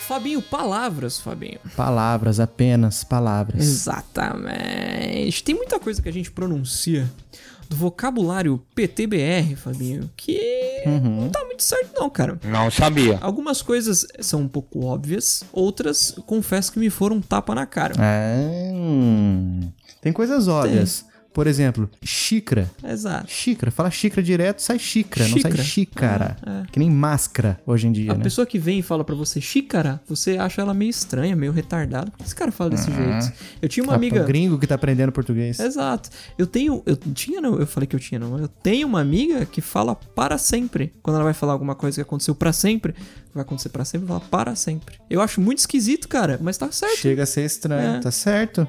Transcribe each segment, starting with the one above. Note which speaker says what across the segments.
Speaker 1: Fabinho, palavras, Fabinho.
Speaker 2: Palavras, apenas palavras.
Speaker 1: Exatamente. Tem muita coisa que a gente pronuncia do vocabulário PTBR, Fabinho, que não tá muito certo não, cara.
Speaker 3: Não sabia.
Speaker 1: Algumas coisas são um pouco óbvias, outras, confesso que me foram um tapa na cara.
Speaker 2: É, hum. Tem coisas óbvias. Por exemplo, xícara.
Speaker 1: Exato.
Speaker 2: Xícara, fala xícara direto, sai xícara, não
Speaker 1: Xícara.
Speaker 2: sai xícara.
Speaker 1: É, é.
Speaker 2: Que nem máscara hoje em dia,
Speaker 1: A
Speaker 2: né?
Speaker 1: pessoa que vem e fala pra você xícara, você acha ela meio estranha, meio retardada. Por que esse cara fala desse jeito? Eu tinha uma
Speaker 2: Ah,
Speaker 1: amiga.
Speaker 2: O gringo que tá aprendendo português.
Speaker 1: Exato. Eu tenho. Eu tinha, não. Eu falei que eu tinha, não. Eu tenho uma amiga que fala para sempre. Quando ela vai falar alguma coisa que aconteceu pra sempre, que vai acontecer pra sempre, ela fala para sempre. Eu acho muito esquisito, cara, mas tá certo.
Speaker 2: Chega a ser estranho,
Speaker 1: É.
Speaker 2: tá certo?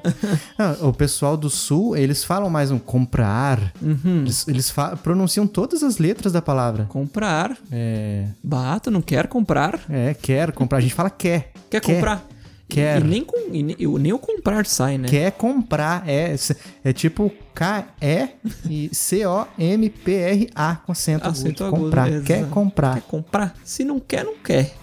Speaker 2: Não, o pessoal do sul, eles falam mais um comprar.
Speaker 1: Uhum.
Speaker 2: Eles, eles fa- pronunciam todas as letras da palavra.
Speaker 1: Comprar.
Speaker 2: É,
Speaker 1: Bata, não quer comprar.
Speaker 2: é, quer comprar. A gente fala quer.
Speaker 1: Quer comprar? E-
Speaker 2: Quer.
Speaker 1: E, nem, com, e nem, eu- nem o comprar sai, né?
Speaker 2: Quer comprar. É, é tipo K-E e C-O-M-P-R-A com acento,
Speaker 1: Acento
Speaker 2: agudo.
Speaker 1: agudo,
Speaker 2: Comprar.
Speaker 1: exato.
Speaker 2: Quer comprar.
Speaker 1: Quer comprar? Se não quer, não quer.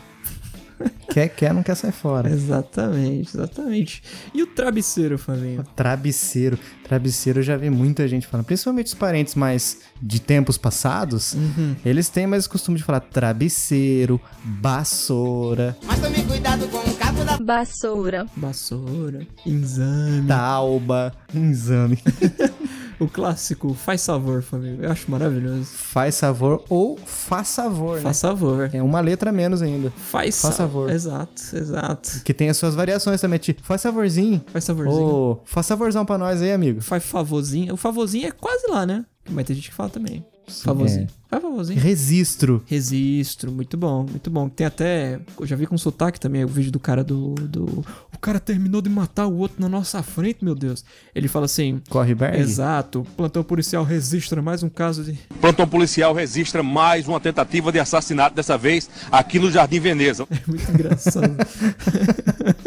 Speaker 2: Quer, quer, não quer sair fora.
Speaker 1: Exatamente, exatamente. E o travesseiro, Fabinho?
Speaker 2: Travesseiro. Travesseiro eu já vi muita gente falando. Principalmente os parentes mais de tempos passados.
Speaker 1: Uhum.
Speaker 2: Eles têm mais o costume de falar travesseiro, vassoura,
Speaker 1: Uhum.
Speaker 4: Mas tome cuidado com o cabo da
Speaker 5: Vassoura.
Speaker 1: Vassoura, exame.
Speaker 2: tauba, um exame.
Speaker 1: O clássico faz favor, Fabinho. Eu acho maravilhoso.
Speaker 2: Faz favor ou faz favor, né?
Speaker 1: Faz favor.
Speaker 2: É uma letra a menos ainda.
Speaker 1: Faz, sa-
Speaker 2: Faz favor.
Speaker 1: Exato, exato.
Speaker 2: Que tem as suas variações também. Tipo, faz savorzinho.
Speaker 1: Faz favorzinho.
Speaker 2: Ô, faz favorzão pra nós aí, amigo.
Speaker 1: Faz favorzinho. O favorzinho é quase lá, né? Mas tem gente que fala também. Favorzinho. Faz favorzinho.
Speaker 2: Registro.
Speaker 1: Registro, muito bom, muito bom. Tem até. Eu já vi com sotaque também o vídeo do cara do, do. O cara terminou de matar o outro na nossa frente, meu Deus. Ele fala assim.
Speaker 2: Corre, Berg.
Speaker 1: Exato, plantão policial registra mais um caso de.
Speaker 6: Plantão policial registra mais uma tentativa de assassinato, dessa vez aqui no Jardim Veneza.
Speaker 1: É muito engraçado.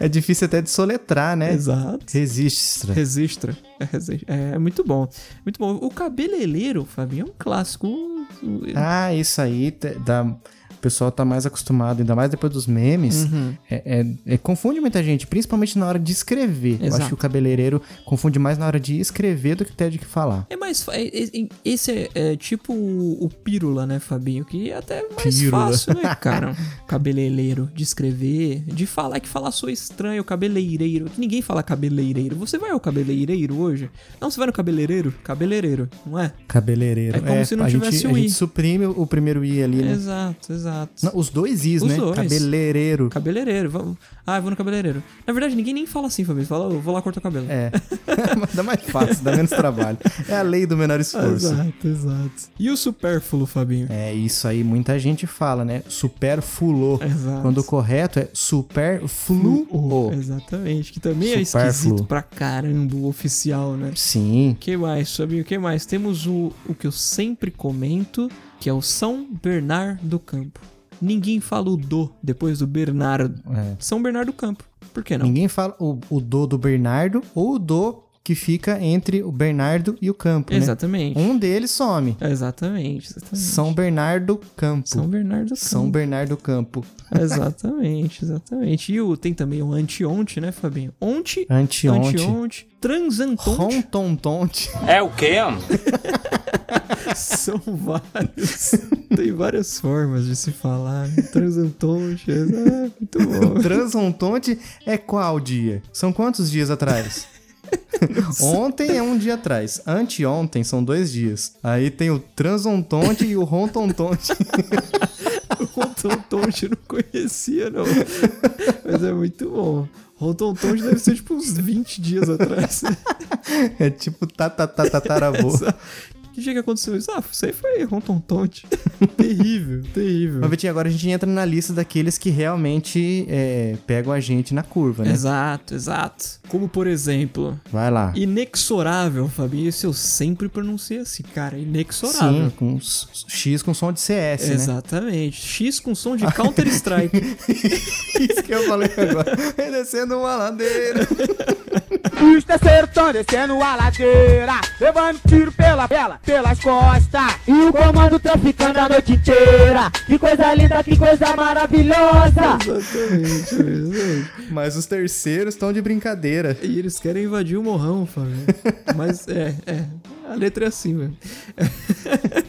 Speaker 2: É difícil até de soletrar,
Speaker 1: É.
Speaker 2: né?
Speaker 1: Exato.
Speaker 2: Registra.
Speaker 1: Registra. É, resi- é, é muito bom. Muito bom. O cabeleireiro, Fabinho, é um clássico. O- o-
Speaker 2: Ah, isso aí te- dá- O pessoal tá mais acostumado, ainda mais depois dos memes. É, é- é- confunde muita gente, principalmente na hora de escrever. Eu
Speaker 1: Exato.
Speaker 2: acho que o cabeleireiro confunde mais na hora de escrever do que até de que falar.
Speaker 1: É mais. fa- é- é- Esse é, é tipo o, o Pílula, né, Fabinho? Que é até mais
Speaker 2: Pílula.
Speaker 1: fácil, né, cara? Cabeleireiro, de escrever, de falar, que falar sou estranho, cabeleireiro. Que ninguém fala cabeleireiro. Você vai ao cabeleireiro hoje? Não, você vai no cabeleireiro? Cabeleireiro, não é?
Speaker 2: Cabeleireiro.
Speaker 1: É como se não
Speaker 2: a
Speaker 1: tivesse
Speaker 2: gente,
Speaker 1: o
Speaker 2: A
Speaker 1: i.
Speaker 2: gente suprime o primeiro i ali, né?
Speaker 1: Exato, exato.
Speaker 2: Não, os dois i's,
Speaker 1: Os
Speaker 2: né?
Speaker 1: dois.
Speaker 2: Cabeleireiro.
Speaker 1: Cabeleireiro, vamos. Ah, eu vou no cabeleireiro. Na verdade, ninguém nem fala assim, Fabinho. Fala, eu vou lá cortar o cabelo.
Speaker 2: É. dá mais fácil, dá menos trabalho. É a lei do menor esforço.
Speaker 1: Exato, exato. E o supérfluo, Fabinho?
Speaker 2: É isso aí, muita gente fala, né? Superfluo.
Speaker 1: Exato.
Speaker 2: É, Quando o correto é superfluo.
Speaker 1: Exatamente, que também é
Speaker 2: Supérfluo.
Speaker 1: esquisito pra caramba o oficial, né?
Speaker 2: Sim.
Speaker 1: que mais, Fabinho? que mais? Temos o, o que eu sempre comento, que é o São Bernardo do Campo. Ninguém fala o do depois do Bernardo.
Speaker 2: É.
Speaker 1: São Bernardo do Campo. Por que não?
Speaker 2: Ninguém fala o, o do do Bernardo ou o do que fica entre o Bernardo e o campo,
Speaker 1: Exatamente.
Speaker 2: né? Um deles some.
Speaker 1: Exatamente, exatamente.
Speaker 2: São Bernardo Campo.
Speaker 1: São
Speaker 2: São,
Speaker 1: Bernardo do Campo.
Speaker 2: Bernardo Campo.
Speaker 1: Exatamente, exatamente. E o, tem também o anteonte, né, Fabinho? Onte,
Speaker 2: Anteonte.
Speaker 1: anteonte, transantonte.
Speaker 2: Rontontonte.
Speaker 3: É o quê, mano?
Speaker 1: São vários. Tem várias formas de se falar. né? Transantonte, é muito bom.
Speaker 2: Transontonte é qual dia? São quantos dias atrás? Ontem é um dia atrás. Anteontem são dois dias. Aí tem o transontonte e o rontontonte.
Speaker 1: Rontontonte um eu não conhecia, não. Mas é muito bom. Rontontonte deve ser tipo uns 20 dias atrás.
Speaker 2: É tipo tatatataravô.
Speaker 1: que dia que aconteceu isso? Ah, isso aí foi Rontontonte. terrível, terrível.
Speaker 2: Mas, Vitinho, agora a gente entra na lista daqueles que realmente é, pegam a gente na curva, né?
Speaker 1: Exato, exato. Como por exemplo,
Speaker 2: Vai lá.
Speaker 1: inexorável, Fabinho. Isso eu sempre pronunciei assim, cara. Inexorável.
Speaker 2: Sim, com s- s- X com som de CS, né?
Speaker 1: Exatamente. X com som de Counter-Strike.
Speaker 2: Isso que eu falei agora. É descendo uma ladeira.
Speaker 4: Os terceiros estão descendo a ladeira Levando tiro pela bela
Speaker 3: pelas costas. E o comando traficando a noite inteira. Que coisa linda, que coisa maravilhosa.
Speaker 1: Exatamente, exatamente.
Speaker 2: Mas os terceiros estão de brincadeira.
Speaker 1: E eles querem invadir o morrão, Fábio. Mas é, é. A letra é assim, velho.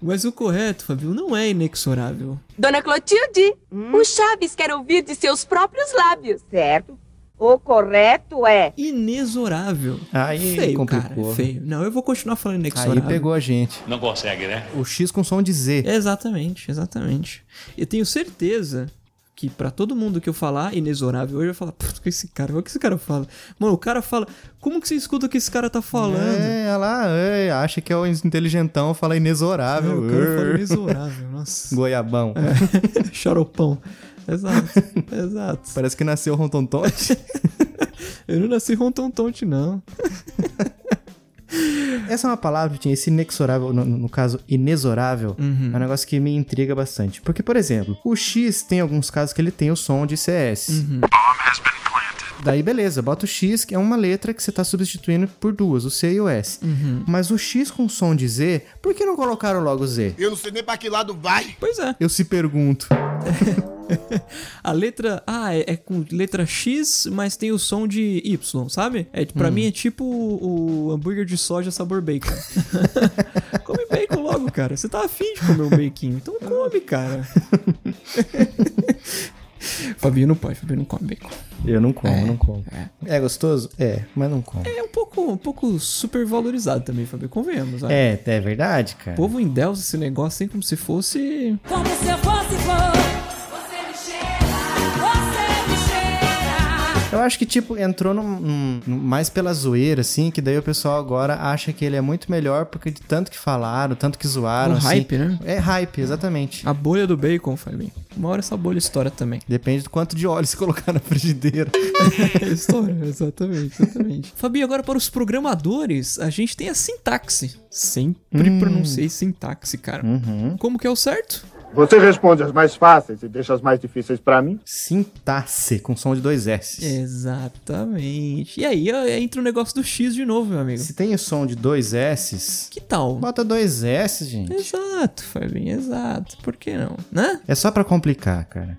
Speaker 1: Mas o correto, Fabio, não é inexorável.
Speaker 5: Dona Clotilde,
Speaker 7: Hum?
Speaker 5: o Chaves quer ouvir de seus próprios lábios.
Speaker 7: Certo. O correto é.
Speaker 1: Inexorável.
Speaker 2: Aí
Speaker 1: feio,
Speaker 2: complicou.
Speaker 1: cara. é Feio. Não, eu vou continuar falando inexorável.
Speaker 2: Aí pegou a gente.
Speaker 6: Não consegue, né?
Speaker 2: O X com som de Z.
Speaker 1: Exatamente, exatamente. Eu tenho certeza que pra todo mundo que eu falar inexorável hoje, eu falo, puta, que esse cara, olha o que esse cara fala. Mano, o cara fala, como que você escuta o que esse cara tá falando?
Speaker 2: É, olha lá, é, acha que é o inteligentão, fala
Speaker 1: É,
Speaker 2: inexorável.
Speaker 1: o cara fala
Speaker 2: Urr.
Speaker 1: inexorável, nossa.
Speaker 2: Goiabão.
Speaker 1: Xaropão. Exato, exato.
Speaker 2: Parece que nasceu rontontonte.
Speaker 1: Eu não nasci rontontonte, não.
Speaker 2: Essa é uma palavra, Vitinho, esse inexorável, no, no caso, inexorável, é um negócio que me intriga bastante. Porque, por exemplo, o X tem alguns casos que ele tem o som de CS. Daí, beleza, bota o X, que é uma letra que você tá substituindo por duas, o C e o S. Mas o X com som de Z, por que não colocaram logo o Z?
Speaker 8: Eu não sei nem pra que lado vai.
Speaker 1: Pois é.
Speaker 2: Eu se pergunto.
Speaker 1: A letra. Ah, é, é com letra X, mas tem o som de Y, sabe? É, pra mim é tipo o, o hambúrguer de soja sabor bacon. come bacon logo, cara. Você tá afim de comer um bacon. Então come, cara. Fabinho não pode, Fabinho não come bacon.
Speaker 2: Eu não como,
Speaker 1: É,
Speaker 2: não como.
Speaker 1: é.
Speaker 2: É. gostoso? É, mas não como.
Speaker 1: É um pouco, um pouco super valorizado também, Fabinho. Convenhamos, né?
Speaker 2: É, é verdade, cara.
Speaker 1: O povo endeusa esse negócio assim como se fosse.
Speaker 9: Como se eu fosse flor. Você me cheira, você me cheira.
Speaker 2: Eu acho que, tipo, entrou num, num- num- mais pela zoeira, assim, que daí o pessoal agora acha que ele é muito melhor porque de tanto que falaram, tanto que zoaram,
Speaker 1: Um
Speaker 2: assim.
Speaker 1: hype, né?
Speaker 2: É hype, exatamente.
Speaker 1: A bolha do bacon, Fabinho. Uma hora essa bolha estoura também.
Speaker 2: Depende do quanto de óleo você colocar na frigideira.
Speaker 1: História, exatamente, exatamente. Fabinho, agora para os programadores, a gente tem a sintaxe. Sempre pronunciei sintaxe, cara.
Speaker 2: Uhum.
Speaker 1: Como que é o certo?
Speaker 10: Você responde as mais fáceis e deixa as mais difíceis pra mim?
Speaker 2: Sintaxe, com som de dois S.
Speaker 1: Exatamente. E aí ó, entra o negócio do X de novo, meu amigo.
Speaker 2: Se tem o som de dois S,
Speaker 1: Que tal?
Speaker 2: bota dois S, gente.
Speaker 1: Exato, Fabinho, exato. Por que não? Né?
Speaker 2: É só pra complicar, cara.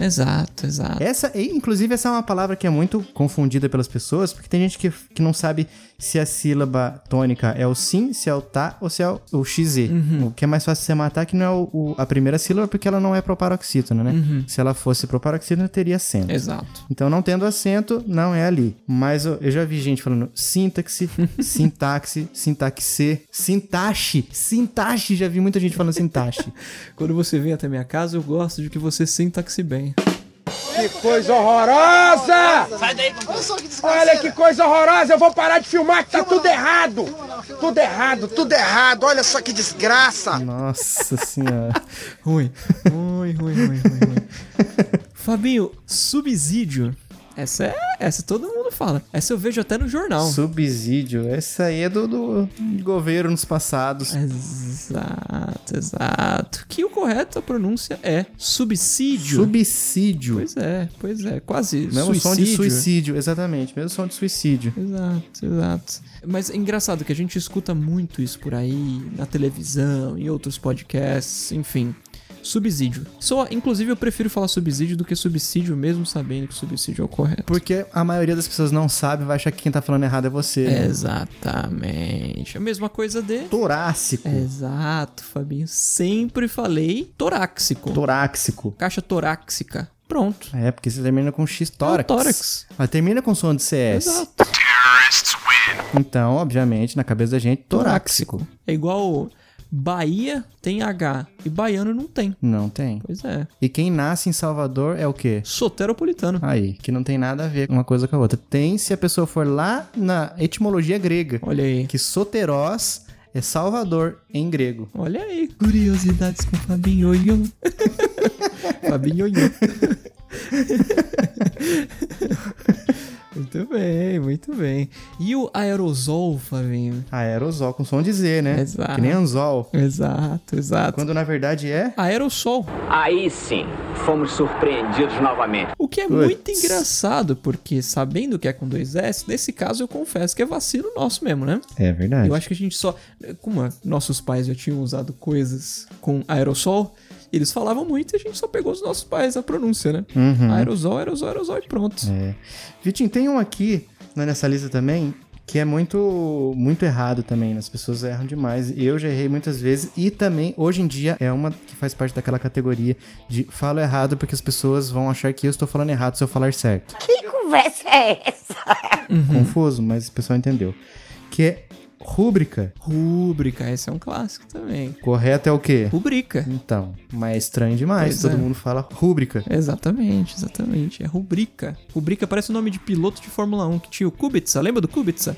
Speaker 1: Exato, exato.
Speaker 2: Essa, e, inclusive, essa é uma palavra que é muito confundida pelas pessoas, porque tem gente que, que não sabe se a sílaba tônica é o sim, se é o tá ou se é o, o xz. O que é mais fácil você matar que não é o, o- a primeira sílaba, porque ela não é proparoxítona, né? Se ela fosse proparoxítona, teria
Speaker 1: É.
Speaker 2: acento.
Speaker 1: Exato.
Speaker 2: Então, não tendo acento, não é ali. Mas eu, eu já vi gente falando sintaxe, sintaxe, sintaxe, sintaxe, sintaxe. Já vi muita gente falando sintaxe.
Speaker 1: Quando você vem até minha casa, eu gosto de que você sintaxe bem.
Speaker 10: Que coisa horrorosa! Olha que coisa horrorosa! Eu vou parar de filmar que tá tudo errado! Tudo errado, tudo errado! Olha só que desgraça!
Speaker 2: Nossa senhora.
Speaker 1: Ruim. Ruim, ruim, ruim, ruim, ruim. Fabinho, subsídio. Essa é. Essa todo mundo fala. Essa eu vejo até no jornal.
Speaker 2: Subsídio. Essa aí é do, do governo nos passados.
Speaker 1: Exato, exato. Que o correto a pronúncia é subsídio.
Speaker 2: Subsídio.
Speaker 1: Pois é, pois é. Quase
Speaker 2: Mesmo
Speaker 1: suicídio.
Speaker 2: som de suicídio, exatamente. Mesmo som de suicídio.
Speaker 1: Exato, exato. Mas é engraçado que a gente escuta muito isso por aí, na televisão, em outros podcasts, enfim. Subsídio. Só, inclusive, eu prefiro falar subsídio do que subsídio, mesmo sabendo que subsídio é o correto.
Speaker 2: Porque a maioria das pessoas não sabe, vai achar que quem tá falando errado é você. né?
Speaker 1: Exatamente. A mesma coisa de.
Speaker 2: Torácico.
Speaker 1: É. Exato, Fabinho. Sempre falei toráxico.
Speaker 2: Toráxico.
Speaker 1: Caixa toráxica. Pronto.
Speaker 2: É, porque você termina com X
Speaker 1: É o
Speaker 2: tórax. É.
Speaker 1: tórax.
Speaker 2: Mas termina com som de CS.
Speaker 1: Exato.
Speaker 2: Então, obviamente, na cabeça da gente, toráxico.
Speaker 1: É igual Bahia tem H e baiano não tem.
Speaker 2: Não tem.
Speaker 1: Pois é.
Speaker 2: E quem nasce em Salvador é o quê?
Speaker 1: Soteropolitano.
Speaker 2: Aí, que não tem nada a ver uma coisa com a outra. Tem se a pessoa for lá na etimologia grega.
Speaker 1: Olha aí.
Speaker 2: que Soteros é Salvador em grego.
Speaker 1: Olha aí. Curiosidades com Fabinho. Ioiô. Fabinho. Ioiô. Muito bem, muito bem. E o aerosol, Flavinho?
Speaker 2: Aerosol Ah, é com som de Z, né?
Speaker 1: Exato.
Speaker 2: Que nem anzol.
Speaker 1: Exato, exato.
Speaker 2: Quando na verdade é.
Speaker 1: Aerosol.
Speaker 8: Aí sim, fomos surpreendidos novamente.
Speaker 1: O que é
Speaker 2: Putz.
Speaker 1: muito engraçado, porque sabendo que é com dois S, nesse caso eu confesso que é vacilo nosso mesmo, né?
Speaker 2: É verdade.
Speaker 1: Eu acho que a gente só. Como é, nossos pais já tinham usado coisas com aerossol, eles falavam muito e a gente só pegou os nossos pais a pronúncia, né?
Speaker 2: Uhum.
Speaker 1: Aerosol, aerosol, aerosol e pronto.
Speaker 2: É. Vitinho, tem um aqui né, nessa lista também que é muito muito errado também. né? As pessoas erram demais. Eu já errei muitas vezes e também hoje em dia é uma que faz parte daquela categoria de falo errado porque as pessoas vão achar que eu estou falando errado se eu falar certo.
Speaker 4: Que conversa é essa?
Speaker 2: Confuso, mas o pessoal entendeu. Que é rúbrica.
Speaker 1: Rúbrica, esse é um clássico também.
Speaker 2: Correto é o quê?
Speaker 1: Rubrica.
Speaker 2: Então, mas é estranho demais.
Speaker 1: Pois
Speaker 2: Todo
Speaker 1: é.
Speaker 2: mundo fala rúbrica.
Speaker 1: Exatamente, exatamente. É rubrica. Rubrica parece o nome de piloto de Fórmula 1 que tinha o Kubica. Lembra do Kubica?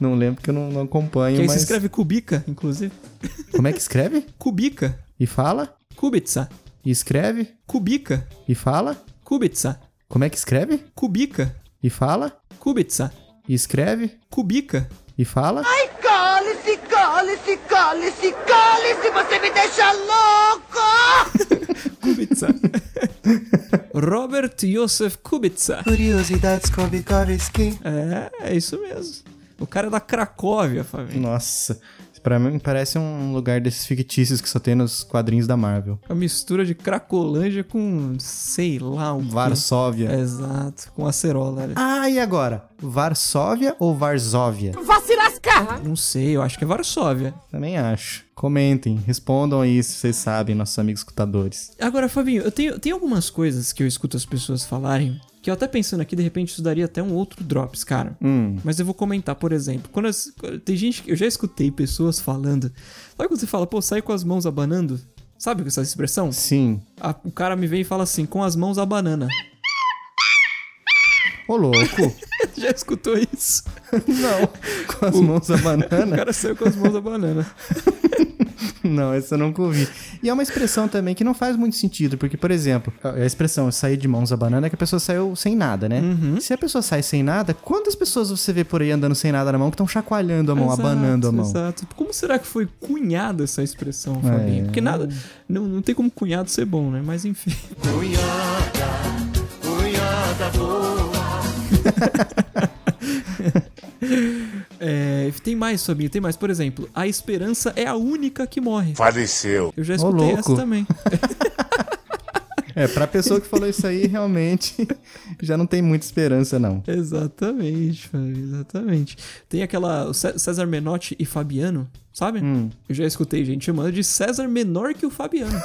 Speaker 2: Não lembro porque eu não, não acompanho,
Speaker 1: que aí
Speaker 2: mas...
Speaker 1: se escreve Kubica, inclusive.
Speaker 2: Como é que escreve?
Speaker 1: Kubica.
Speaker 2: E fala?
Speaker 1: Kubica.
Speaker 2: E escreve?
Speaker 1: Kubica.
Speaker 2: E fala?
Speaker 1: Kubica.
Speaker 2: Como é que escreve?
Speaker 1: Kubica.
Speaker 2: E fala?
Speaker 1: Kubica.
Speaker 2: E escreve?
Speaker 1: Kubica.
Speaker 2: E fala?
Speaker 4: Cole-se, cole-se, cole-se, cole-se, você me deixa louco!
Speaker 1: Kubica. Robert Josef Kubica.
Speaker 11: Curiosidades Kovikovski.
Speaker 1: É, é isso mesmo. O cara é da Cracóvia, família.
Speaker 2: Nossa, pra mim parece um lugar desses fictícios que só tem nos quadrinhos da Marvel.
Speaker 1: A É mistura de Cracolândia com, sei lá, um...
Speaker 2: Varsóvia.
Speaker 1: Exato, com acerola. né? olha.
Speaker 2: Ah, e agora? Varsóvia ou Varsóvia?
Speaker 1: Não sei, eu acho que é Varsóvia.
Speaker 2: Também acho. Comentem, respondam aí se vocês sabem, nossos amigos escutadores.
Speaker 1: Agora, Fabinho, eu tenho, tem algumas coisas que eu escuto as pessoas falarem que eu até pensando aqui, de repente, isso daria até um outro Drops, cara. Mas eu vou comentar, por exemplo, quando as- quando- tem gente que eu já escutei pessoas falando. Sabe quando você fala, pô, sai com as mãos abanando? Sabe essa expressão?
Speaker 2: Sim.
Speaker 1: A- o cara me vem e fala assim, com as mãos a banana.
Speaker 2: Ô, louco.
Speaker 1: já escutou isso?
Speaker 2: não. Com as mãos da
Speaker 1: O
Speaker 2: banana?
Speaker 1: cara saiu com as mãos a banana.
Speaker 2: Não, essa eu nunca ouvi. E é uma expressão também que não faz muito sentido, porque, por exemplo, a a expressão sair de mãos a banana é que a pessoa saiu sem nada, né?
Speaker 1: Uhum.
Speaker 2: Se a pessoa sai sem nada, quantas pessoas você vê por aí andando sem nada na mão que estão chacoalhando a mão,
Speaker 1: Exato,
Speaker 2: abanando a mão?
Speaker 1: Exato. Como será que foi cunhada essa expressão,
Speaker 2: É.
Speaker 1: Fabinho? Porque nada. Não, não tem como cunhado ser bom, né? Mas enfim. É, tem mais, Fabinho, tem mais. Por exemplo, a esperança é a única que morre.
Speaker 6: Faleceu.
Speaker 1: Eu já escutei essa
Speaker 2: louco.
Speaker 1: também.
Speaker 2: É, pra pessoa que falou isso aí, realmente já não tem muita esperança, não.
Speaker 1: Exatamente, Fábio, exatamente. Tem aquela o Cé- César Menotti e Fabiano, sabe?
Speaker 2: Hum.
Speaker 1: Eu já escutei gente chamando de César menor que o Fabiano.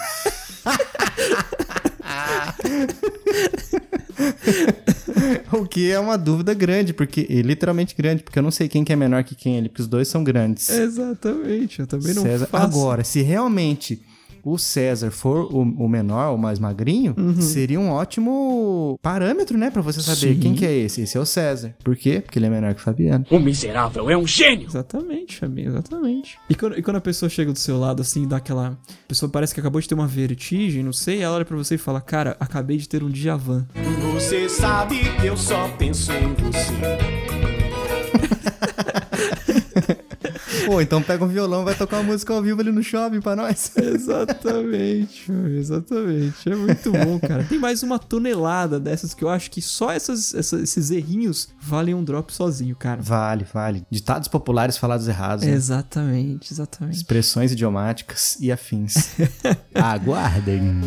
Speaker 2: O que é uma dúvida grande, porque e literalmente grande, porque eu não sei quem que é menor que quem ali, porque os dois são grandes.
Speaker 1: É, exatamente, eu também não
Speaker 2: César.
Speaker 1: faço.
Speaker 2: Agora, se realmente o César for o, o menor, o mais magrinho,
Speaker 1: Uhum.
Speaker 2: seria um ótimo parâmetro, né, Pra você
Speaker 1: Sim.
Speaker 2: saber
Speaker 1: Hum.
Speaker 2: quem que é esse. Esse é o César. Por quê? Porque ele é menor que o Fabiano.
Speaker 8: O miserável é um gênio!
Speaker 1: Exatamente, Fabinho, exatamente. E quando, e quando a pessoa chega do seu lado, assim, dá aquela... A pessoa parece que acabou de ter uma vertigem, não sei, ela olha pra você e fala, cara, acabei de ter um Djavan.
Speaker 11: Você sabe que eu só penso em você.
Speaker 2: Pô, então pega um violão, vai tocar uma música ao vivo ali no shopping pra nós.
Speaker 1: Exatamente, Fábio, exatamente. É muito bom, cara. Tem mais uma tonelada dessas que eu acho que só essas, essa- esses errinhos valem um drop sozinho, cara.
Speaker 2: Vale, vale. Ditados populares falados errados. né?
Speaker 1: Exatamente, exatamente.
Speaker 2: Expressões idiomáticas e afins. Aguardem.